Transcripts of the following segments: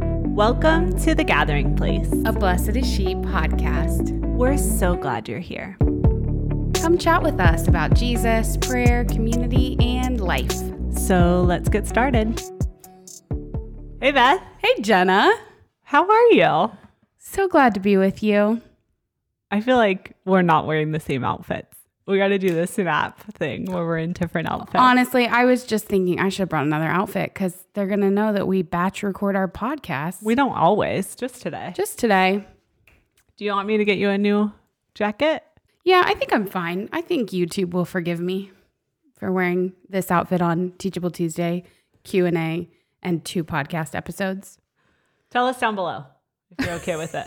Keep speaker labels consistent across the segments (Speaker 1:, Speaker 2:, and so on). Speaker 1: Welcome to The Gathering Place.
Speaker 2: a Blessed is She podcast.
Speaker 1: We're so glad you're here.
Speaker 2: Come chat with us about Jesus, prayer, community, and life.
Speaker 1: So let's get started. Hey, Beth,
Speaker 2: Hey, Jenna.
Speaker 1: how are you?
Speaker 2: So glad to be with you.
Speaker 1: I feel like we're not wearing the same outfits. We got to do this snap thing where we're in different outfits.
Speaker 2: Honestly, I was just thinking I should have brought another outfit because they're going to know that we batch record our podcast
Speaker 1: we don't always, just today.
Speaker 2: just today.
Speaker 1: Do you want me to get you a new jacket?
Speaker 2: Yeah, I think I'm fine. I think YouTube will forgive me for wearing this outfit on Teachable Tuesday, Q&A, and two podcast episodes.
Speaker 1: Tell us down below if you're okay with it.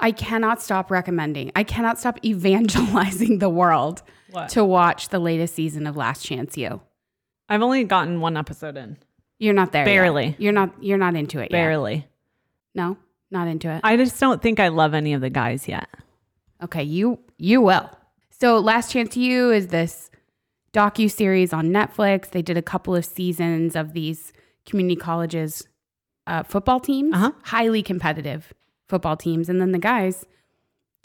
Speaker 2: I cannot stop recommending. I cannot stop evangelizing the world
Speaker 1: What?
Speaker 2: to watch the latest season of Last Chance You.
Speaker 1: I've only gotten one episode in.
Speaker 2: You're not there. yet.
Speaker 1: Barely.
Speaker 2: You're not you're not into it yet.
Speaker 1: Barely.
Speaker 2: No, not into it.
Speaker 1: I just don't think I love any of the guys yet.
Speaker 2: Okay, you you will. So Last Chance You is this docu series on Netflix. They did a couple of seasons of these community colleges uh, football teams,
Speaker 1: Uh-huh.
Speaker 2: highly competitive football teams, and then the guys,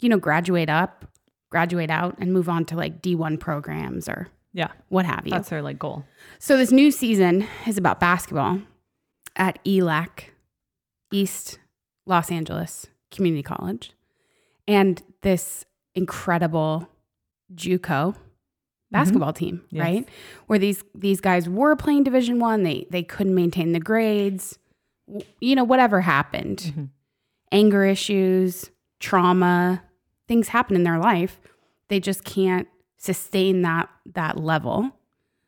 Speaker 2: you know, graduate up, graduate out, and move on to like D one programs or
Speaker 1: Yeah.
Speaker 2: what have you.
Speaker 1: That's their like goal.
Speaker 2: So this new season is about basketball at E ELAC, East Los Angeles Community College, and this incredible JUCO basketball team,
Speaker 1: Mm-hmm. Yes.
Speaker 2: right? Where these these guys were playing Division One, they they couldn't maintain the grades, w- you know, whatever happened,
Speaker 1: Mhm.
Speaker 2: anger issues, trauma, things happen in their life. They just can't sustain that that level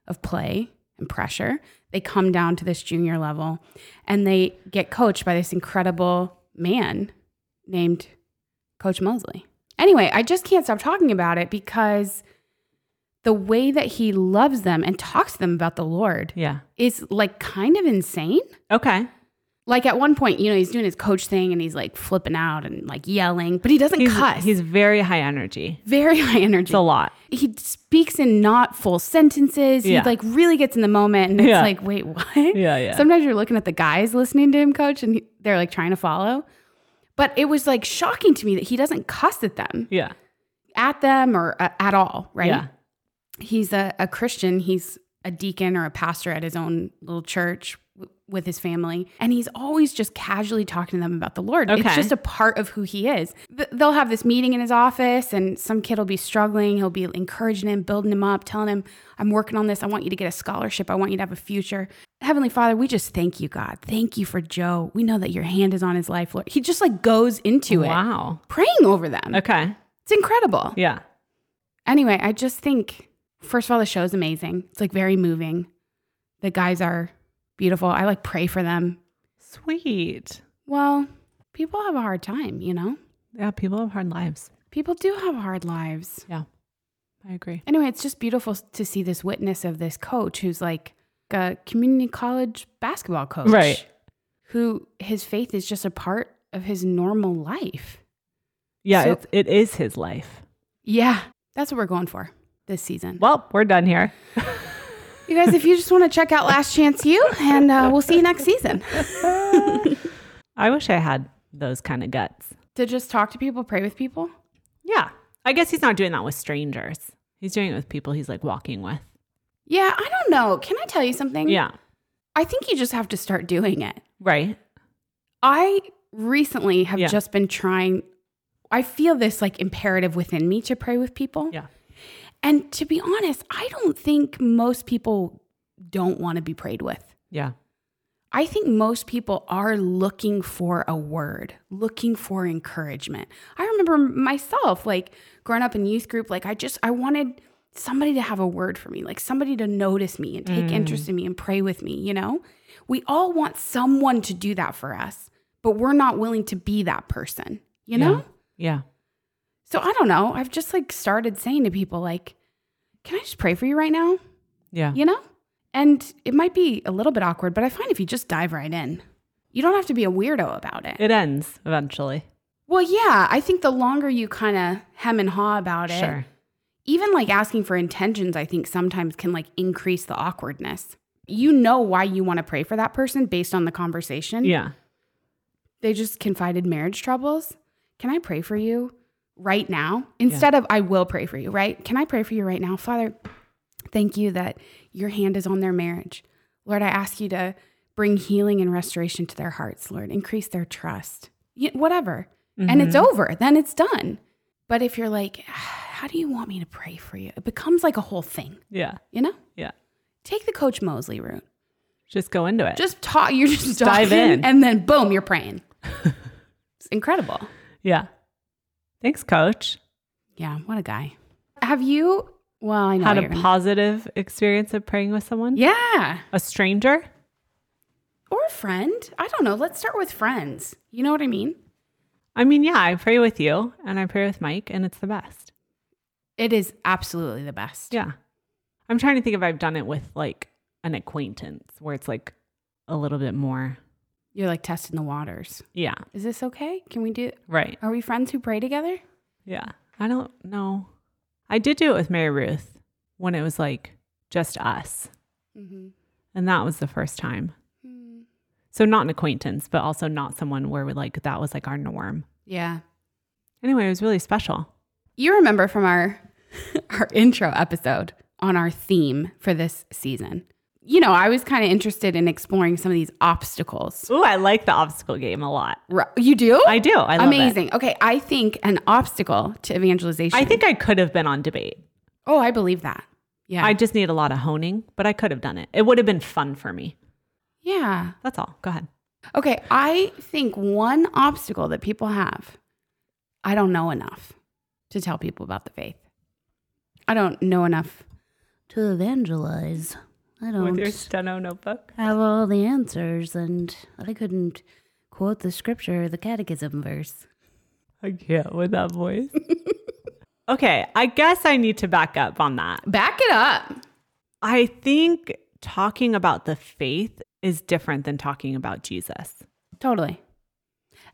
Speaker 2: of play and pressure. They come down to this junior level and they get coached by this incredible man named Coach Mosley. Anyway, I just can't stop talking about it because the way that he loves them and talks to them about the Lord
Speaker 1: Yeah.
Speaker 2: is like kind of insane.
Speaker 1: Okay.
Speaker 2: Like at one point, you know, he's doing his coach thing and he's like flipping out and like yelling, but he doesn't
Speaker 1: He's,
Speaker 2: cuss. He's
Speaker 1: he's very high energy.
Speaker 2: very high energy
Speaker 1: It's a lot.
Speaker 2: he speaks in not full sentences.
Speaker 1: Yeah.
Speaker 2: He like really gets in the moment and
Speaker 1: Yeah.
Speaker 2: it's like, wait, what?
Speaker 1: Yeah, yeah.
Speaker 2: Sometimes you're looking at the guys listening to him coach and he, they're like trying to follow. But it was like shocking to me that he doesn't cuss at them,
Speaker 1: Yeah.
Speaker 2: at them or uh, at all, right?
Speaker 1: Yeah.
Speaker 2: He's a, a Christian. He's a deacon or a pastor at his own little church w- with his family. And he's always just casually talking to them about the Lord.
Speaker 1: Okay.
Speaker 2: It's just a part of who he is. Th- they'll have this meeting in his office, and some kid will be struggling. He'll be encouraging him, building him up, telling him, I'm working on this. I want you to get a scholarship. I want you to have a future. Heavenly Father, we just thank you, God. Thank you for Joe. We know that your hand is on his life, Lord. He just like goes into it,
Speaker 1: Wow.
Speaker 2: praying over them.
Speaker 1: Okay.
Speaker 2: It's incredible
Speaker 1: Yeah.
Speaker 2: anyway, I just think first of all, the show's amazing. It's like very moving. The guys are beautiful. I like pray for them.
Speaker 1: Sweet.
Speaker 2: Well, people have a hard time, you know?
Speaker 1: Yeah. People have hard lives.
Speaker 2: People do have hard lives.
Speaker 1: Yeah. I agree.
Speaker 2: Anyway, it's just beautiful to see this witness of this coach who's like a community college basketball coach.
Speaker 1: Right.
Speaker 2: Who his faith is just a part of his normal life.
Speaker 1: Yeah.
Speaker 2: So-
Speaker 1: it's, it is his life.
Speaker 2: Yeah. That's what we're going for this season.
Speaker 1: Well, we're done here.
Speaker 2: You guys, if you just want to check out Last Chance You, and uh, we'll see you next season.
Speaker 1: I wish I had those kind of guts.
Speaker 2: To just talk to people, pray with people?
Speaker 1: Yeah. I guess he's not doing that with strangers. He's doing it with people he's like walking with.
Speaker 2: Yeah, I don't know. Can I tell you something?
Speaker 1: Yeah.
Speaker 2: I think you just have to start doing it.
Speaker 1: Right.
Speaker 2: I recently have
Speaker 1: Yeah.
Speaker 2: just been trying, I feel this like imperative within me to pray with people.
Speaker 1: Yeah.
Speaker 2: And to be honest, I don't think most people don't want to be prayed with.
Speaker 1: Yeah.
Speaker 2: I think most people are looking for a word, looking for encouragement. I remember myself, like growing up in youth group, like I just I wanted somebody to have a word for me, like somebody to notice me and take interest in me and pray with me, you know? We all want someone to do that for us, but we're not willing to be that person, you know?
Speaker 1: Yeah.
Speaker 2: So I don't know. I've just like started saying to people like, "Can I just pray for you right now?"
Speaker 1: Yeah.
Speaker 2: you know? And it might be a little bit awkward, but I find if you just dive right in, you don't have to be a weirdo about it.
Speaker 1: It ends eventually.
Speaker 2: Well, yeah, I think the longer you kind of hem and haw about it,
Speaker 1: Sure.
Speaker 2: even like asking for intentions, I think sometimes can like increase the awkwardness. You know why you want to pray for that person based on the conversation.
Speaker 1: Yeah.
Speaker 2: They just confided marriage troubles. Can I pray for you right now? Instead of I will pray for you, right? Can I pray for you right now? Father, thank you that your hand is on their marriage. Lord, I ask you to bring healing and restoration to their hearts, Lord. Increase their trust, Y- whatever.
Speaker 1: Mm-hmm.
Speaker 2: And it's over, then it's done. But if you're like, "Ah, how do you want me to pray for you? It becomes like a whole thing,
Speaker 1: Yeah.
Speaker 2: you know?
Speaker 1: Yeah.
Speaker 2: Take the Coach Mosley route.
Speaker 1: Just go into it.
Speaker 2: Just talk. You're just,
Speaker 1: dive
Speaker 2: talking,
Speaker 1: in.
Speaker 2: and then boom, you're praying. it's incredible.
Speaker 1: yeah. Thanks, coach.
Speaker 2: Yeah, what a guy. Have you? Well, I know.
Speaker 1: Had
Speaker 2: you're
Speaker 1: a
Speaker 2: gonna-
Speaker 1: positive experience of praying with someone?
Speaker 2: yeah,
Speaker 1: A stranger?
Speaker 2: or a friend. I don't know. Let's start with friends. You know what I mean?
Speaker 1: I mean, yeah, I pray with you and I pray with Mike, and it's the best.
Speaker 2: It is absolutely the best.
Speaker 1: Yeah. I'm trying to think if I've done it with like an acquaintance where it's like a little bit more.
Speaker 2: You're like testing the waters.
Speaker 1: Yeah.
Speaker 2: Is this okay? Can we do?
Speaker 1: Right.
Speaker 2: Are we friends who pray together?
Speaker 1: Yeah. I don't know. I did do it with Mary Ruth when it was like just us.
Speaker 2: Mm-hmm.
Speaker 1: And that was the first time. So not an acquaintance, but also not someone where we like that was like our norm.
Speaker 2: Yeah.
Speaker 1: Anyway, it was really special.
Speaker 2: You remember from our our intro episode on our theme for this season. You know, I was kind of interested in exploring some of these obstacles.
Speaker 1: Ooh, I like the obstacle game a lot.
Speaker 2: Ru- You do?
Speaker 1: I do. I love Amazing.
Speaker 2: Amazing. Okay, I think an obstacle to evangelization.
Speaker 1: I think I could have been on debate.
Speaker 2: Oh, I believe that. Yeah.
Speaker 1: I just need a lot of honing, but I could have done it. It would have been fun for me.
Speaker 2: yeah.
Speaker 1: That's all. Go ahead.
Speaker 2: Okay, I think one obstacle that people have, I don't know enough to tell people about the faith. I don't know enough to evangelize. I don't
Speaker 1: steno notebook.
Speaker 2: have all the answers, and I couldn't quote the scripture or the catechism verse.
Speaker 1: I can't with that voice. okay, I guess I need to back up on that.
Speaker 2: Back it up.
Speaker 1: I think talking about the faith is different than talking about Jesus.
Speaker 2: Totally.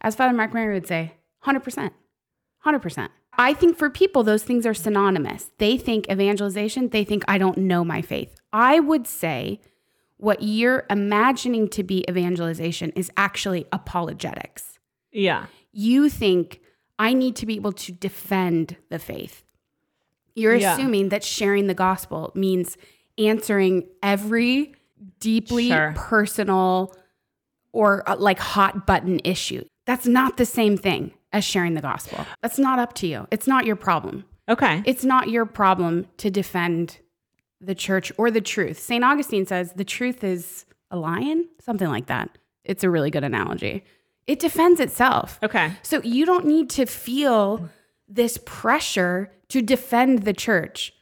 Speaker 2: As Father Mark Mary would say, 100%. 100%. I think for people, those things are synonymous. They think evangelization, they think I don't know my faith. I would say what you're imagining to be evangelization is actually apologetics.
Speaker 1: Yeah.
Speaker 2: You think I need to be able to defend the faith. You're
Speaker 1: Yeah.
Speaker 2: assuming that sharing the gospel means answering every deeply
Speaker 1: Sure.
Speaker 2: personal or uh, like hot button issue. That's not the same thing as sharing the gospel. That's not up to you. It's not your problem.
Speaker 1: Okay.
Speaker 2: It's not your problem to defend the church or the truth. St. Augustine says the truth is a lion, something like that. It's a really good analogy. It defends itself.
Speaker 1: okay.
Speaker 2: So you don't need to feel this pressure to defend the church.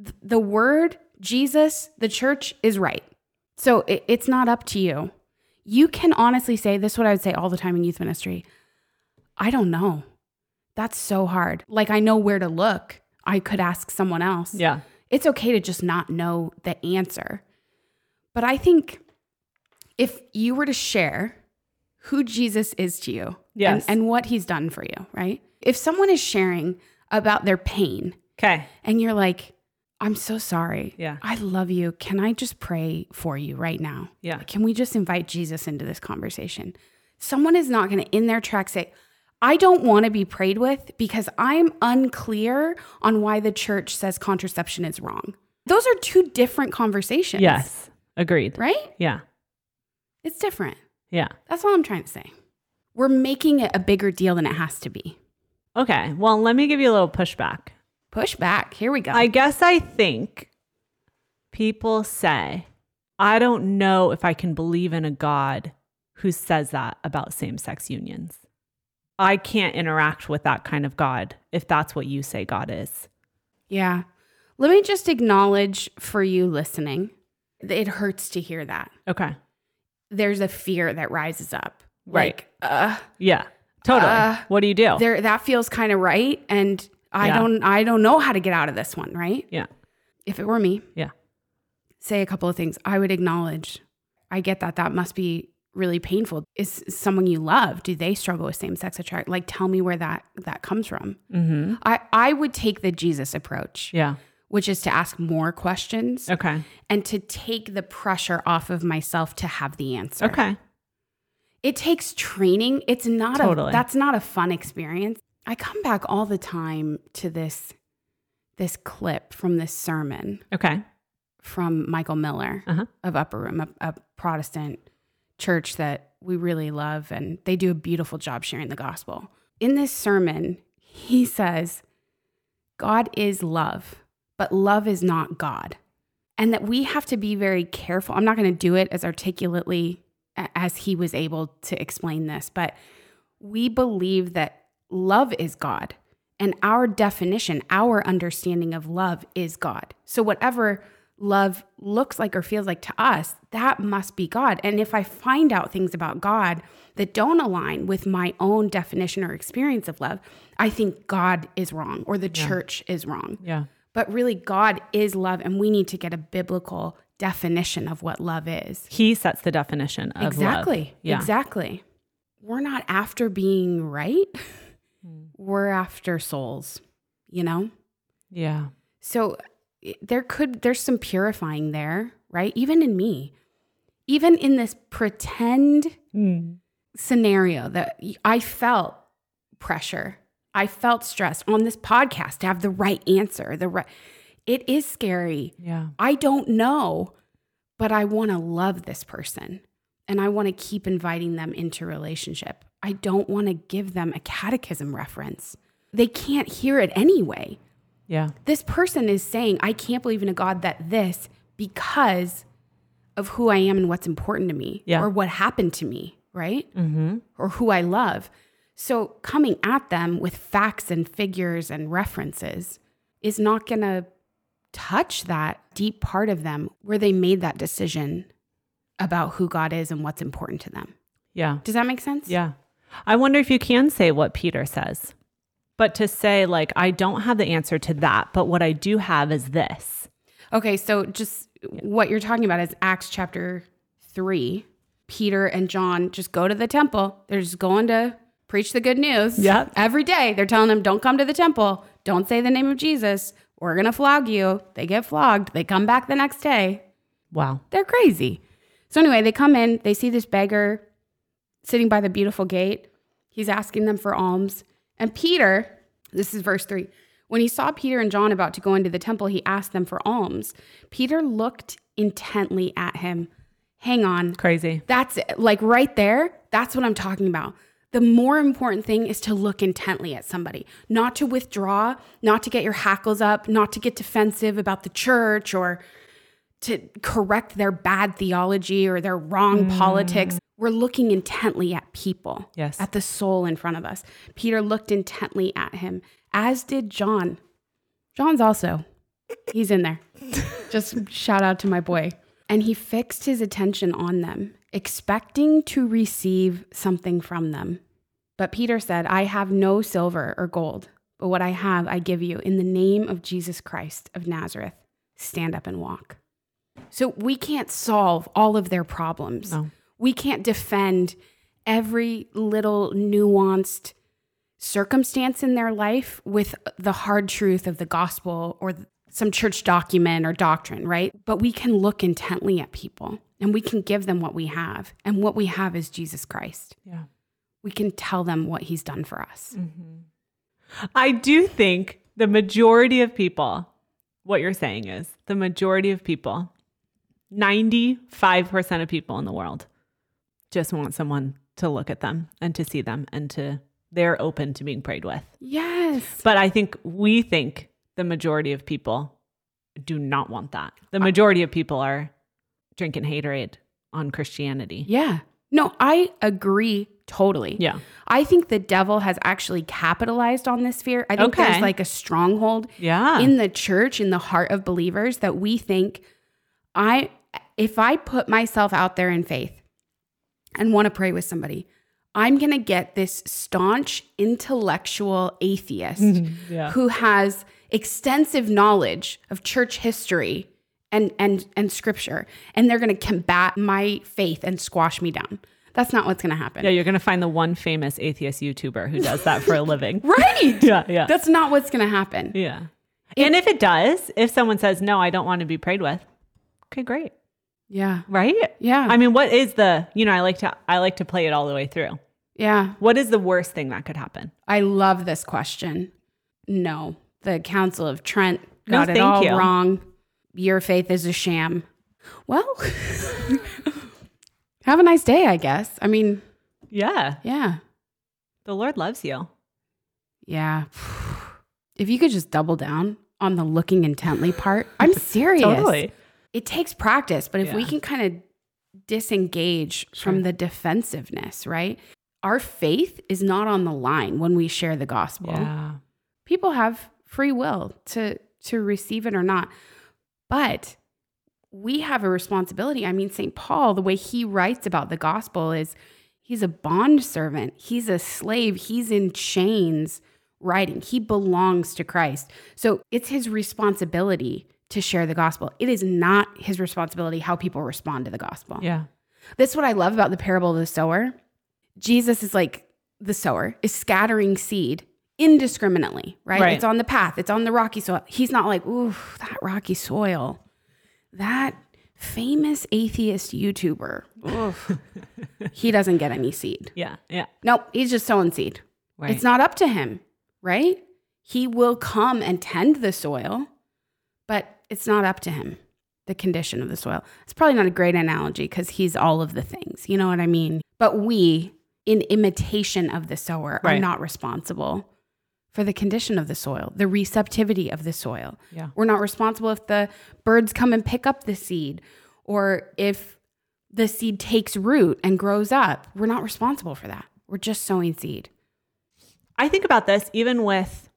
Speaker 2: Th- The word, Jesus, the church is right. So it, it's not up to you. You can honestly say this is what I would say all the time in youth ministry I don't know. That's so hard. Like, I know where to look. I could ask someone else
Speaker 1: Yeah.
Speaker 2: it's okay to just not know the answer. But I think if you were to share who Jesus is to you
Speaker 1: Yes.
Speaker 2: and, and what he's done for you, right? If someone is sharing about their pain
Speaker 1: Okay.
Speaker 2: and you're like, I'm so sorry.
Speaker 1: Yeah.
Speaker 2: I love you. Can I just pray for you right now?
Speaker 1: Yeah.
Speaker 2: Can we just invite Jesus into this conversation? Someone is not going to, in their track, say, I don't want to be prayed with because I'm unclear on why the church says contraception is wrong. Those are two different conversations.
Speaker 1: Yes. Agreed.
Speaker 2: Right?
Speaker 1: Yeah.
Speaker 2: It's different.
Speaker 1: Yeah.
Speaker 2: That's all I'm trying to say. We're making it a bigger deal than it has to be.
Speaker 1: Okay. Well, let me give you a little pushback.
Speaker 2: Push back. Here we go.
Speaker 1: I guess I think people say, I don't know if I can believe in a God who says that about same sex unions. I can't interact with that kind of God if that's what you say God is.
Speaker 2: yeah. Let me just acknowledge for you listening, that it hurts to hear that.
Speaker 1: Okay.
Speaker 2: There's a fear that rises up.
Speaker 1: Right.
Speaker 2: Like, uh,
Speaker 1: Yeah. Totally.
Speaker 2: Uh,
Speaker 1: what do you do?
Speaker 2: there that feels kind of right and i
Speaker 1: Oh. Yeah.
Speaker 2: don't i don't know how to get out of this one right
Speaker 1: Yeah.
Speaker 2: if it were me
Speaker 1: Yeah.
Speaker 2: say a couple of things i would acknowledge i get that that must be really painful is someone you love do they struggle with same-sex attract like tell me where that that comes from
Speaker 1: Mm-hmm.
Speaker 2: i i would take the jesus approach
Speaker 1: Yeah.
Speaker 2: which is to ask more questions
Speaker 1: Okay.
Speaker 2: and to take the pressure off of myself to have the answer
Speaker 1: Okay.
Speaker 2: It takes training. It's not
Speaker 1: Totally.
Speaker 2: a that's not a fun experience. I come back all the time to this this clip from this sermon
Speaker 1: Okay.
Speaker 2: from Michael Miller
Speaker 1: Uh-huh.
Speaker 2: of Upper Room, a, a Protestant church that we really love, and they do a beautiful job sharing the gospel. In this sermon, he says, God is love, but love is not God. And that we have to be very careful. I'm not going to do it as articulately a- as he was able to explain this, but we believe that love is God. And our definition, our understanding of love is God. So, whatever love looks like or feels like to us, that must be God. And if I find out things about God that don't align with my own definition or experience of love, I think God is wrong or the church is wrong.
Speaker 1: Yeah.
Speaker 2: But really, God is love, and we need to get a biblical definition of what love is.
Speaker 1: He sets the definition of love.
Speaker 2: Exactly.
Speaker 1: Yeah.
Speaker 2: Exactly. We're not after being right.
Speaker 1: Hmm.
Speaker 2: We're after souls, you know?
Speaker 1: Yeah.
Speaker 2: So i- there could there's some purifying there, right? Even in me. Even in this pretend Hmm. scenario that y- I felt pressure. I felt stressed on this podcast to have the right answer, the right It is scary.
Speaker 1: Yeah.
Speaker 2: I don't know, but I want to love this person and I want to keep inviting them into relationship. I don't want to give them a catechism reference. They can't hear it anyway.
Speaker 1: Yeah.
Speaker 2: This person is saying, I can't believe in a God that this because of who I am and what's important to me
Speaker 1: Yeah.
Speaker 2: or what happened to me, right?
Speaker 1: Mm-hmm.
Speaker 2: or who I love. So coming at them with facts and figures and references is not going to touch that deep part of them where they made that decision about who God is and what's important to them.
Speaker 1: Yeah.
Speaker 2: Does that make sense?
Speaker 1: Yeah. I wonder if you can say what Peter says, but to say, like, I don't have the answer to that, but what I do have is this.
Speaker 2: Okay, so just what you're talking about is Acts chapter 3. Peter and John just go to the temple. They're just going to preach the good news.
Speaker 1: Yep.
Speaker 2: Every day they're telling them, don't come to the temple. Don't say the name of Jesus. We're going to flog you. They get flogged. They come back the next day.
Speaker 1: Wow.
Speaker 2: They're crazy. So, anyway, they come in, they see this beggar sitting by the beautiful gate. He's asking them for alms. And Peter, this is verse three, when he saw Peter and John about to go into the temple, he asked them for alms. Peter looked intently at him. Hang on.
Speaker 1: Crazy.
Speaker 2: That's it. like right there. That's what I'm talking about. The more important thing is to look intently at somebody, not to withdraw, not to get your hackles up, not to get defensive about the church or to correct their bad theology or their wrong politics. We're looking intently at people,
Speaker 1: Yes.
Speaker 2: at the soul in front of us. Peter looked intently at him, as did John. John's also, he's in there. Just shout out to my boy. And he fixed his attention on them, expecting to receive something from them. But Peter said, I have no silver or gold, but what I have I give you in the name of Jesus Christ of Nazareth. Stand up and walk. So we can't solve all of their problems.
Speaker 1: No.
Speaker 2: We can't defend every little nuanced circumstance in their life with the hard truth of the gospel or th- some church document or doctrine, right? But we can look intently at people and we can give them what we have. And what we have is Jesus Christ.
Speaker 1: Yeah.
Speaker 2: We can tell them what he's done for us.
Speaker 1: Mm. I do think the majority of people, what you're saying is the majority of people, 95% of people in the world, just want someone to look at them and to see them and to, they're open to being prayed with.
Speaker 2: Yes.
Speaker 1: But I think we think the majority of people do not want that. The majority of people are drinking haterade on Christianity.
Speaker 2: Yeah. No, I agree totally.
Speaker 1: Yeah.
Speaker 2: I think the devil has actually capitalized on this fear. I think
Speaker 1: Okay.
Speaker 2: there's like a stronghold
Speaker 1: Yeah.
Speaker 2: in the church, in the heart of believers, that we think, I, if I put myself out there in faith and want to pray with somebody, I'm going to get this staunch intellectual atheist
Speaker 1: yeah.
Speaker 2: who has extensive knowledge of church history and and and scripture, and they're going to combat my faith and squash me down. That's not what's going to happen.
Speaker 1: Yeah, you're going to find the one famous atheist YouTuber who does that for a living.
Speaker 2: Right.
Speaker 1: Yeah, yeah.
Speaker 2: That's not what's going to happen.
Speaker 1: yeah. and if it does, if someone says, no, I don't want to be prayed with, okay, great.
Speaker 2: Yeah.
Speaker 1: right?
Speaker 2: Yeah.
Speaker 1: I mean, what is the, you know, I like to I like to play it all the way through.
Speaker 2: yeah.
Speaker 1: What is the worst thing that could happen?
Speaker 2: I love this question. No, the Council of Trent
Speaker 1: No,
Speaker 2: got it
Speaker 1: thank
Speaker 2: all
Speaker 1: you.
Speaker 2: wrong. Your faith is a sham. Well, have a nice day, I guess. I mean,
Speaker 1: Yeah.
Speaker 2: yeah.
Speaker 1: The Lord loves you.
Speaker 2: Yeah. If you could just double down on the looking intently part, I'm serious.
Speaker 1: Totally.
Speaker 2: It takes practice, but if we
Speaker 1: Yeah.
Speaker 2: can kind of disengage
Speaker 1: Sure.
Speaker 2: from the defensiveness, right? Our faith is not on the line when we share the gospel.
Speaker 1: Yeah.
Speaker 2: people have free will to to receive it or not but we have a responsibility i mean st paul the way he writes about the gospel is he's a bond servant he's a slave he's in chains writing he belongs to christ so it's his responsibility to share the gospel it is not his responsibility how people respond to the gospel
Speaker 1: Yeah.
Speaker 2: that's what I love about the parable of the sower. Jesus is like the sower is scattering seed indiscriminately, right?
Speaker 1: Right.
Speaker 2: It's on the path, it's on the rocky soil. He's not like, ooh, that rocky soil. That famous atheist YouTuber. Oof. he doesn't get any seed.
Speaker 1: Yeah. Yeah.
Speaker 2: Nope, he's just sowing seed.
Speaker 1: Right.
Speaker 2: It's not up to him, right? He will come and tend the soil, but it's not up to him, the condition of the soil. It's probably not a great analogy because he's all of the things. You know what I mean? But we, in imitation of the sower, are
Speaker 1: Right.
Speaker 2: not responsible for the condition of the soil, the receptivity of the soil.
Speaker 1: Yeah.
Speaker 2: We're not responsible if the birds come and pick up the seed or if the seed takes root and grows up. We're not responsible for that. We're just sowing seed.
Speaker 1: I think about this even with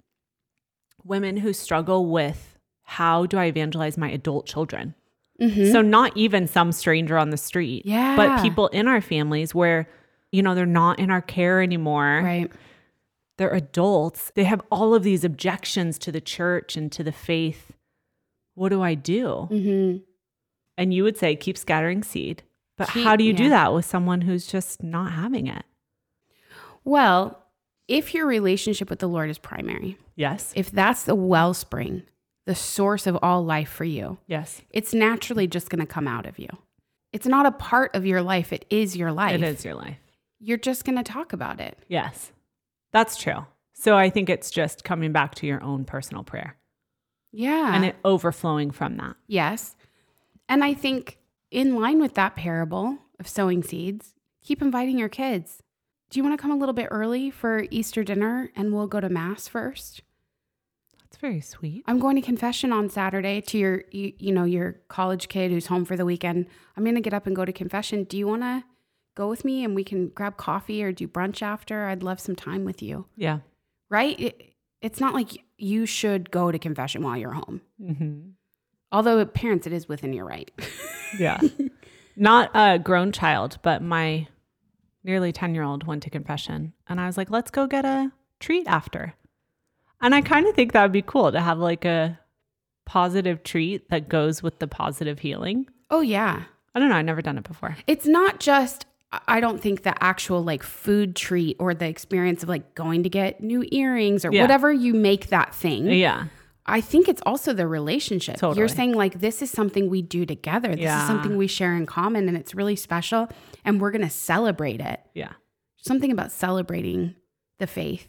Speaker 1: women who struggle with how do I evangelize my adult children?
Speaker 2: Mhm.
Speaker 1: So, not even some stranger on the street,
Speaker 2: Yeah.
Speaker 1: but people in our families where, you know, they're not in our care anymore.
Speaker 2: Right.
Speaker 1: They're adults. They have all of these objections to the church and to the faith. What do I do?
Speaker 2: hmm
Speaker 1: And you would say, keep scattering seed. But
Speaker 2: Keep-
Speaker 1: how do you do
Speaker 2: yeah.
Speaker 1: that with someone who's just not having it?
Speaker 2: Well, if your relationship with the Lord is primary,
Speaker 1: Yes.
Speaker 2: if that's the wellspring, the source of all life for you,
Speaker 1: Yes.
Speaker 2: it's naturally just going to come out of you. It's not a part of your life, it is your life.
Speaker 1: It is your life.
Speaker 2: You're just going to talk about it.
Speaker 1: Yes. That's true. So I think it's just coming back to your own personal prayer
Speaker 2: Yeah.
Speaker 1: and it overflowing from that.
Speaker 2: yes. And I think in line with that parable of sowing seeds, keep inviting your kids. Do you want to come a little bit early for Easter dinner and we'll go to mass first?
Speaker 1: That's very sweet.
Speaker 2: I'm going to confession on Saturday to your you, you know your college kid who's home for the weekend. I'm going to get up and go to confession. Do you want to go with me and we can grab coffee or do brunch after? I'd love some time with you.
Speaker 1: Yeah.
Speaker 2: Right? It, it's not like you should go to confession while you're home.
Speaker 1: Mm-hmm.
Speaker 2: Although parents it is within your right.
Speaker 1: Yeah. Not a grown child, but my nearly 10 year old went to confession. And I was like, let's go get a treat after. And I kind of think that would be cool to have like a positive treat that goes with the positive healing.
Speaker 2: oh yeah.
Speaker 1: I don't know. I've never done it before.
Speaker 2: It's not just I- I don't think the actual like food treat or the experience of like going to get new earrings or
Speaker 1: Yeah.
Speaker 2: whatever you make that thing.
Speaker 1: Yeah.
Speaker 2: I think it's also the relationship. You're
Speaker 1: Totally.
Speaker 2: saying like this is something we do together. This
Speaker 1: Yeah.
Speaker 2: is something we share in common and it's really special and we're going to celebrate it.
Speaker 1: Yeah.
Speaker 2: Something about celebrating the faith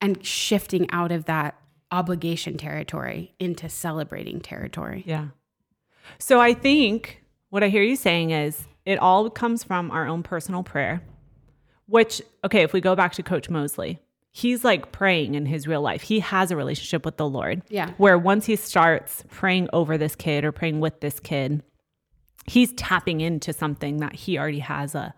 Speaker 2: and shifting out of that obligation territory into celebrating territory.
Speaker 1: Yeah. So I think what I hear you saying is it all comes from our own personal prayer, which, okay, if we go back to Coach Mosley, he's like praying in his real life. He has a relationship with the Lord.
Speaker 2: Yeah.
Speaker 1: Where once he starts praying over this kid or praying with this kid, he's tapping into something that he already has a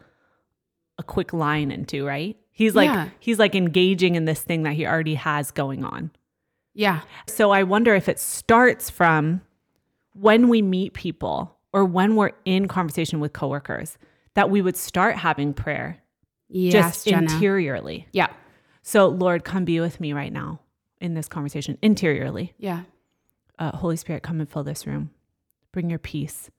Speaker 1: a quick line into, right? He's like
Speaker 2: Yeah.
Speaker 1: he's like engaging in this thing that he already has going on.
Speaker 2: Yeah.
Speaker 1: So I wonder if it starts from when we meet people or when we're in conversation with coworkers that we would start having prayer
Speaker 2: Yes,
Speaker 1: just
Speaker 2: Jenna.
Speaker 1: interiorly.
Speaker 2: yeah.
Speaker 1: So Lord, come be with me right now in this conversation interiorly.
Speaker 2: Yeah.
Speaker 1: Uh, Holy Spirit, come and fill this room. Bring your peace.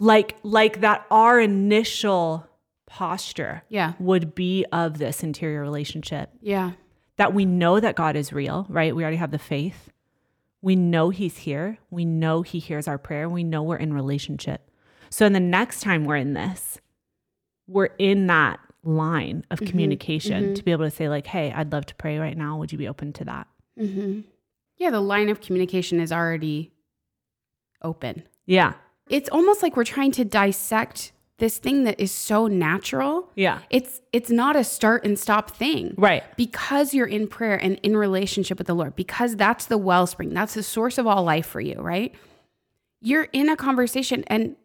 Speaker 1: Like like that our initial posture
Speaker 2: Yeah.
Speaker 1: would be of this interior relationship
Speaker 2: Yeah.
Speaker 1: that we know that God is real, right? We already have the faith. We know He's here. We know He hears our prayer. We know we're in relationship. So, in the next time we're in this, we're in that line of
Speaker 2: Mhm,
Speaker 1: communication
Speaker 2: mhm.
Speaker 1: to be able to say, like, hey, I'd love to pray right now. Would you be open to that?
Speaker 2: Mm-hmm. Yeah, the line of communication is already open.
Speaker 1: Yeah.
Speaker 2: It's almost like we're trying to dissect this thing that is so natural.
Speaker 1: Yeah.
Speaker 2: It's it's not a start and stop thing.
Speaker 1: Right.
Speaker 2: Because you're in prayer and in relationship with the Lord, because that's the wellspring, that's the source of all life for you, right? You're in a conversation and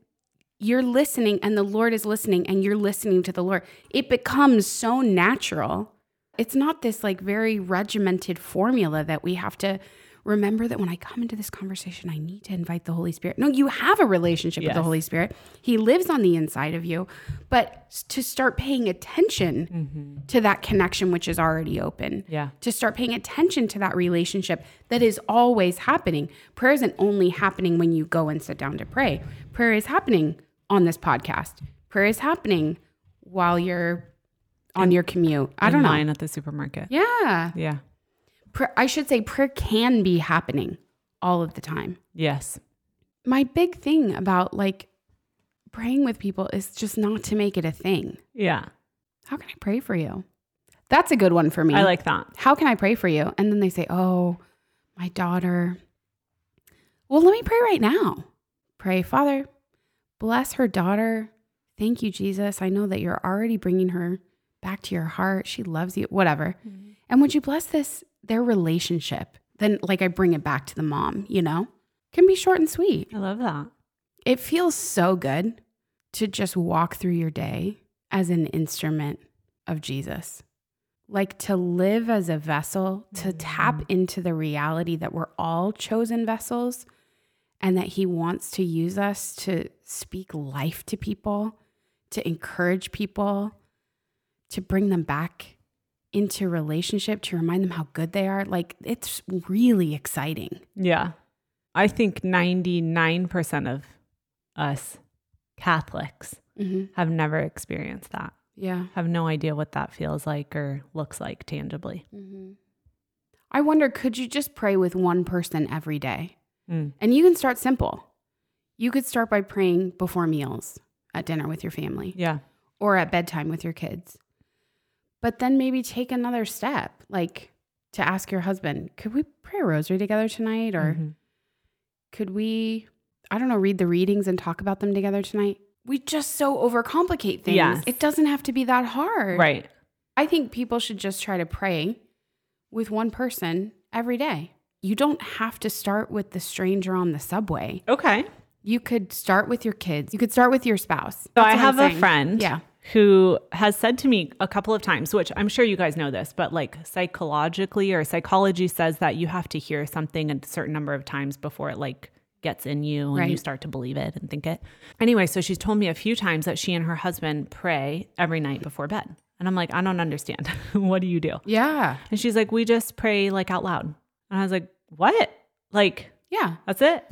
Speaker 2: you're listening and the Lord is listening and you're listening to the Lord. It becomes so natural. It's not this like very regimented formula that we have to remember that when I come into this conversation, I need to invite the Holy Spirit. No, you have a relationship with the
Speaker 1: Yes.
Speaker 2: Holy Spirit, He lives on the inside of you. But s- to start paying attention to that connection which is already open
Speaker 1: Yeah.
Speaker 2: to start paying attention to that relationship that is always happening. Prayer isn't only happening when you go and sit down to pray. Prayer is happening on this podcast. Prayer is happening while you're on your commute. I don't
Speaker 1: In
Speaker 2: know.
Speaker 1: line at the supermarket.
Speaker 2: Yeah.
Speaker 1: Yeah.
Speaker 2: Pra- I should say prayer can be happening all of the time.
Speaker 1: Yes.
Speaker 2: My big thing about like praying with people is just not to make it a thing.
Speaker 1: Yeah.
Speaker 2: How can I pray for you? That's a good one for me.
Speaker 1: I like that.
Speaker 2: how can I pray for you? And then they say, oh, my daughter. Well, let me pray right now. Pray, Father, bless her daughter. Thank you, Jesus. I know that you're already bringing her back to your heart. She loves you, whatever. And would you bless this, their relationship? Then, like, I bring it back to the mom, you know? Can be short and sweet.
Speaker 1: I love that.
Speaker 2: It feels so good to just walk through your day as an instrument of Jesus. Like to live as a vessel, to tap into the reality that we're all chosen vessels and that He wants to use us to speak life to people, to encourage people, to bring them back into relationship, to remind them how good they are. Like it's really exciting.
Speaker 1: Yeah. I think 99% of us Catholics
Speaker 2: Mm-hmm.
Speaker 1: have never experienced that,
Speaker 2: Yeah.
Speaker 1: have no idea what that feels like or looks like tangibly.
Speaker 2: Mm-hmm. I wonder, could you just pray with one person every day?
Speaker 1: Mm.
Speaker 2: And you can start simple. You could start by praying before meals, at dinner with your family,
Speaker 1: Yeah.
Speaker 2: or at bedtime with your kids. But then maybe take another step, like to ask your husband, could we pray a rosary together tonight? Or
Speaker 1: Mhm.
Speaker 2: could we, I don't know, read the readings and talk about them together tonight? We just so overcomplicate things.
Speaker 1: Yes.
Speaker 2: It doesn't have to be that hard.
Speaker 1: Right.
Speaker 2: I think people should just try to pray with one person every day. You don't have to start with the stranger on the subway.
Speaker 1: Okay.
Speaker 2: You could start with your kids. You could start with your spouse.
Speaker 1: So
Speaker 2: That's
Speaker 1: I
Speaker 2: what I'm
Speaker 1: have a
Speaker 2: saying.
Speaker 1: friend
Speaker 2: Yeah.
Speaker 1: who has said to me a couple of times, which I'm sure you guys know this, but like psychologically or psychology says that you have to hear something a certain number of times before it like gets in you and you
Speaker 2: Right.
Speaker 1: start to believe it and think it. Anyway, so she's told me a few times that she and her husband pray every night before bed. And I'm like, I don't understand. what do you do?
Speaker 2: Yeah.
Speaker 1: And she's like, we just pray like out loud. And I was like, what? Like,
Speaker 2: Yeah.
Speaker 1: that's it.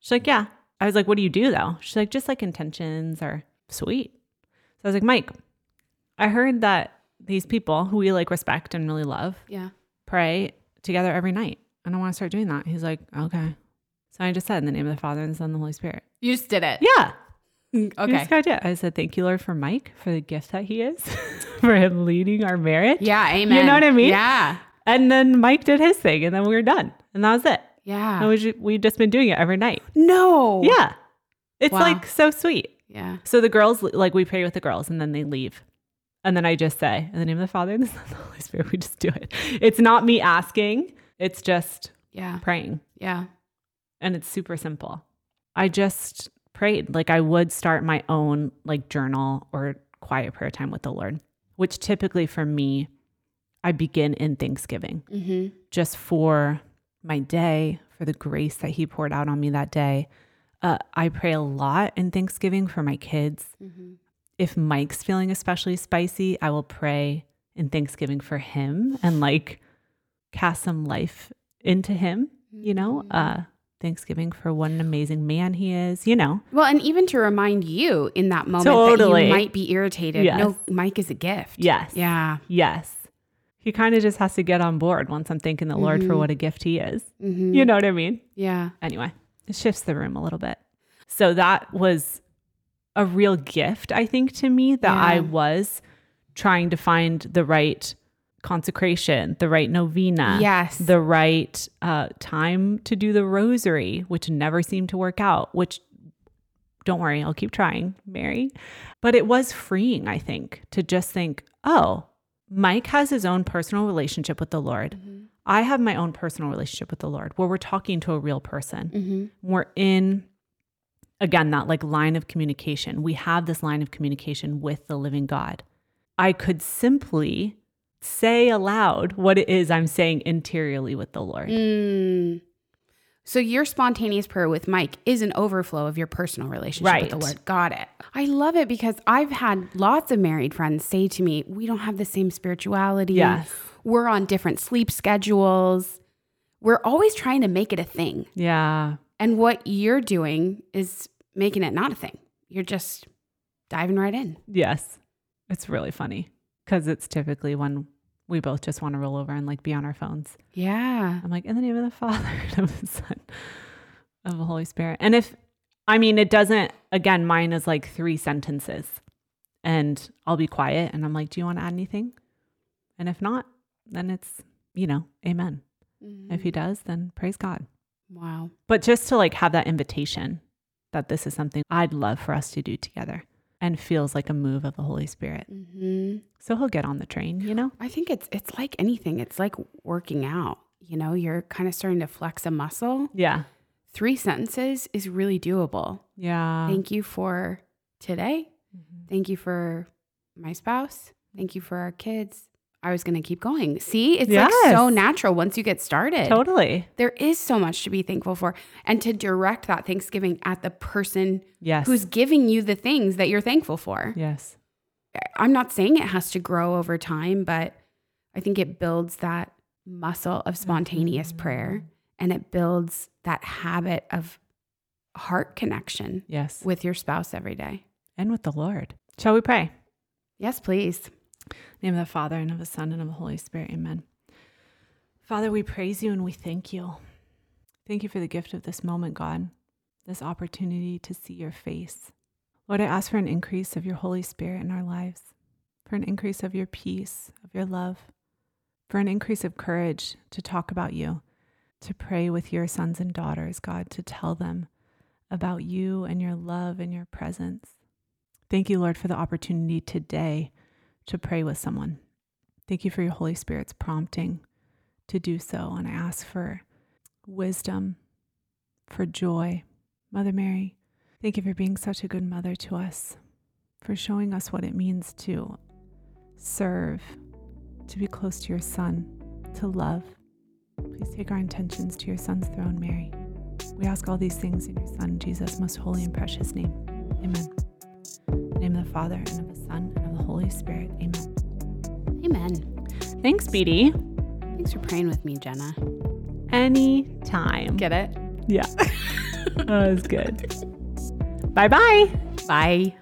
Speaker 1: She's like, yeah. I was like, what do you do though? She's like, just like intentions or sweet. So I was like, Mike, I heard that these people who we like respect and really love
Speaker 2: Yeah.
Speaker 1: pray together every night. And I want to start doing that. He's like, okay. So I just said in the name of the Father and the Son and the Holy Spirit.
Speaker 2: You just did it. Mm,
Speaker 1: Yeah. You
Speaker 2: Okay.
Speaker 1: just got it. I said, thank you, Lord, for Mike, for the gift that he is, for him leading our marriage.
Speaker 2: Yeah. Amen.
Speaker 1: You know what I mean?
Speaker 2: Yeah.
Speaker 1: And then Mike did his thing and then we were done. And that was it.
Speaker 2: Yeah.
Speaker 1: And we ju- we've just been doing it every night.
Speaker 2: no.
Speaker 1: Yeah. It's
Speaker 2: Wow.
Speaker 1: like so sweet.
Speaker 2: Yeah.
Speaker 1: So the girls, like we pray with the girls and then they leave. And then I just say, in the name of the Father and the Son and the Holy Spirit, we just do it. It's not me asking, it's just
Speaker 2: Yeah.
Speaker 1: praying.
Speaker 2: Yeah.
Speaker 1: And it's super simple. I just prayed. Like I would start my own like journal or quiet prayer time with the Lord, which typically for me, I begin in Thanksgiving
Speaker 2: Mm-hmm.
Speaker 1: just for my day, for the grace that He poured out on me that day. Uh, I pray a lot in Thanksgiving for my kids
Speaker 2: Mm-hmm.
Speaker 1: if Mike's feeling especially spicy, I will pray in Thanksgiving for him and like cast some life into him, you know?
Speaker 2: Mm-hmm.
Speaker 1: Uh Thanksgiving for what an amazing man he is, you know.
Speaker 2: Well, and even to remind you in that moment that
Speaker 1: Totally.
Speaker 2: you might be irritated.
Speaker 1: Yes.
Speaker 2: No, Mike is a gift.
Speaker 1: Yes.
Speaker 2: Yeah.
Speaker 1: Yes. He kind of just has to get on board once I'm thanking the Lord for
Speaker 2: Mhm.
Speaker 1: what a gift he is.
Speaker 2: Mm-hmm.
Speaker 1: You know what I mean?
Speaker 2: Yeah.
Speaker 1: Anyway, it shifts the room a little bit. So that was a real gift, I think, to me that
Speaker 2: Yeah.
Speaker 1: I was trying to find the right consecration, the right novena,
Speaker 2: Yes.
Speaker 1: the right uh, time to do the rosary, which never seemed to work out, which don't worry, I'll keep trying, Mary. But it was freeing, I think, to just think, oh, Mike has his own personal relationship with the Lord.
Speaker 2: Mm-hmm.
Speaker 1: I have my own personal relationship with the Lord where we're talking to a real person.
Speaker 2: mm-hmm.
Speaker 1: We're in, again, that like line of communication. We have this line of communication with the living God. I could simply say aloud what it is I'm saying interiorly with the Lord.
Speaker 2: Mm. So your spontaneous prayer with Mike is an overflow of your personal relationship with
Speaker 1: Right.
Speaker 2: the Lord. Got it. I love it because I've had lots of married friends say to me, "We don't have the same spirituality.
Speaker 1: Yes.
Speaker 2: We're on different sleep schedules. We're always trying to make it a thing."
Speaker 1: Yeah.
Speaker 2: And what you're doing is making it not a thing. You're just diving right in.
Speaker 1: Yes. It's really funny because it's typically when we both just want to roll over and like be on our phones.
Speaker 2: Yeah.
Speaker 1: I'm like, in the name of the Father and of the Son, of the Holy Spirit. And if, I mean, it doesn't, again, mine is like three sentences and I'll be quiet and I'm like, do you want to add anything? And if not, then it's, you know, amen. If he does, then praise God.
Speaker 2: Mm-hmm. Wow.
Speaker 1: But just to like have that invitation that this is something I'd love for us to do together and feels like a move of the Holy Spirit.
Speaker 2: hmm
Speaker 1: So he'll get on the train, you know?
Speaker 2: I think it's it's like anything. It's like working out. You know, you're kind of starting to flex a muscle.
Speaker 1: Yeah.
Speaker 2: Three sentences is really doable.
Speaker 1: Yeah.
Speaker 2: Thank you for today.
Speaker 1: Mhm.
Speaker 2: Thank you for my spouse. Thank you for our kids. I was going to keep going. See, it's like
Speaker 1: Yes.
Speaker 2: so natural once you get started.
Speaker 1: Totally.
Speaker 2: There is so much to be thankful for and to direct that thanksgiving at the person
Speaker 1: Yes.
Speaker 2: who's giving you the things that you're thankful for.
Speaker 1: yes.
Speaker 2: I'm not saying it has to grow over time, but I think it builds that muscle of spontaneous prayer and it builds that habit of heart connection
Speaker 1: Yes.
Speaker 2: with your spouse every day.
Speaker 1: and with the Lord. Shall we pray?
Speaker 2: Yes, please.
Speaker 1: In the name of the Father and of the Son and of the Holy Spirit. Amen. Father, we praise you and we thank you. Thank you for the gift of this moment, God, this opportunity to see your face. Lord, I ask for an increase of your Holy Spirit in our lives, for an increase of your peace, of your love, for an increase of courage to talk about you, to pray with your sons and daughters, God, to tell them about you and your love and your presence. Thank you, Lord, for the opportunity today to pray with someone. Thank you for your Holy Spirit's prompting to do so. And I ask for wisdom, for joy. Mother Mary, thank you for being such a good mother to us, for showing us what it means to serve, to be close to your Son, to love. Please take our intentions to your Son's throne, Mary. We ask all these things in your Son, Jesus' most holy and precious name. Amen. In the name of the Father, and of the Son, and of the Holy Spirit. Amen.
Speaker 2: Amen.
Speaker 1: Thanks, BD.
Speaker 2: Thanks for praying with me, Jenna.
Speaker 1: Anytime.
Speaker 2: Get it?
Speaker 1: Yeah. that was good. Bye bye.
Speaker 2: Bye.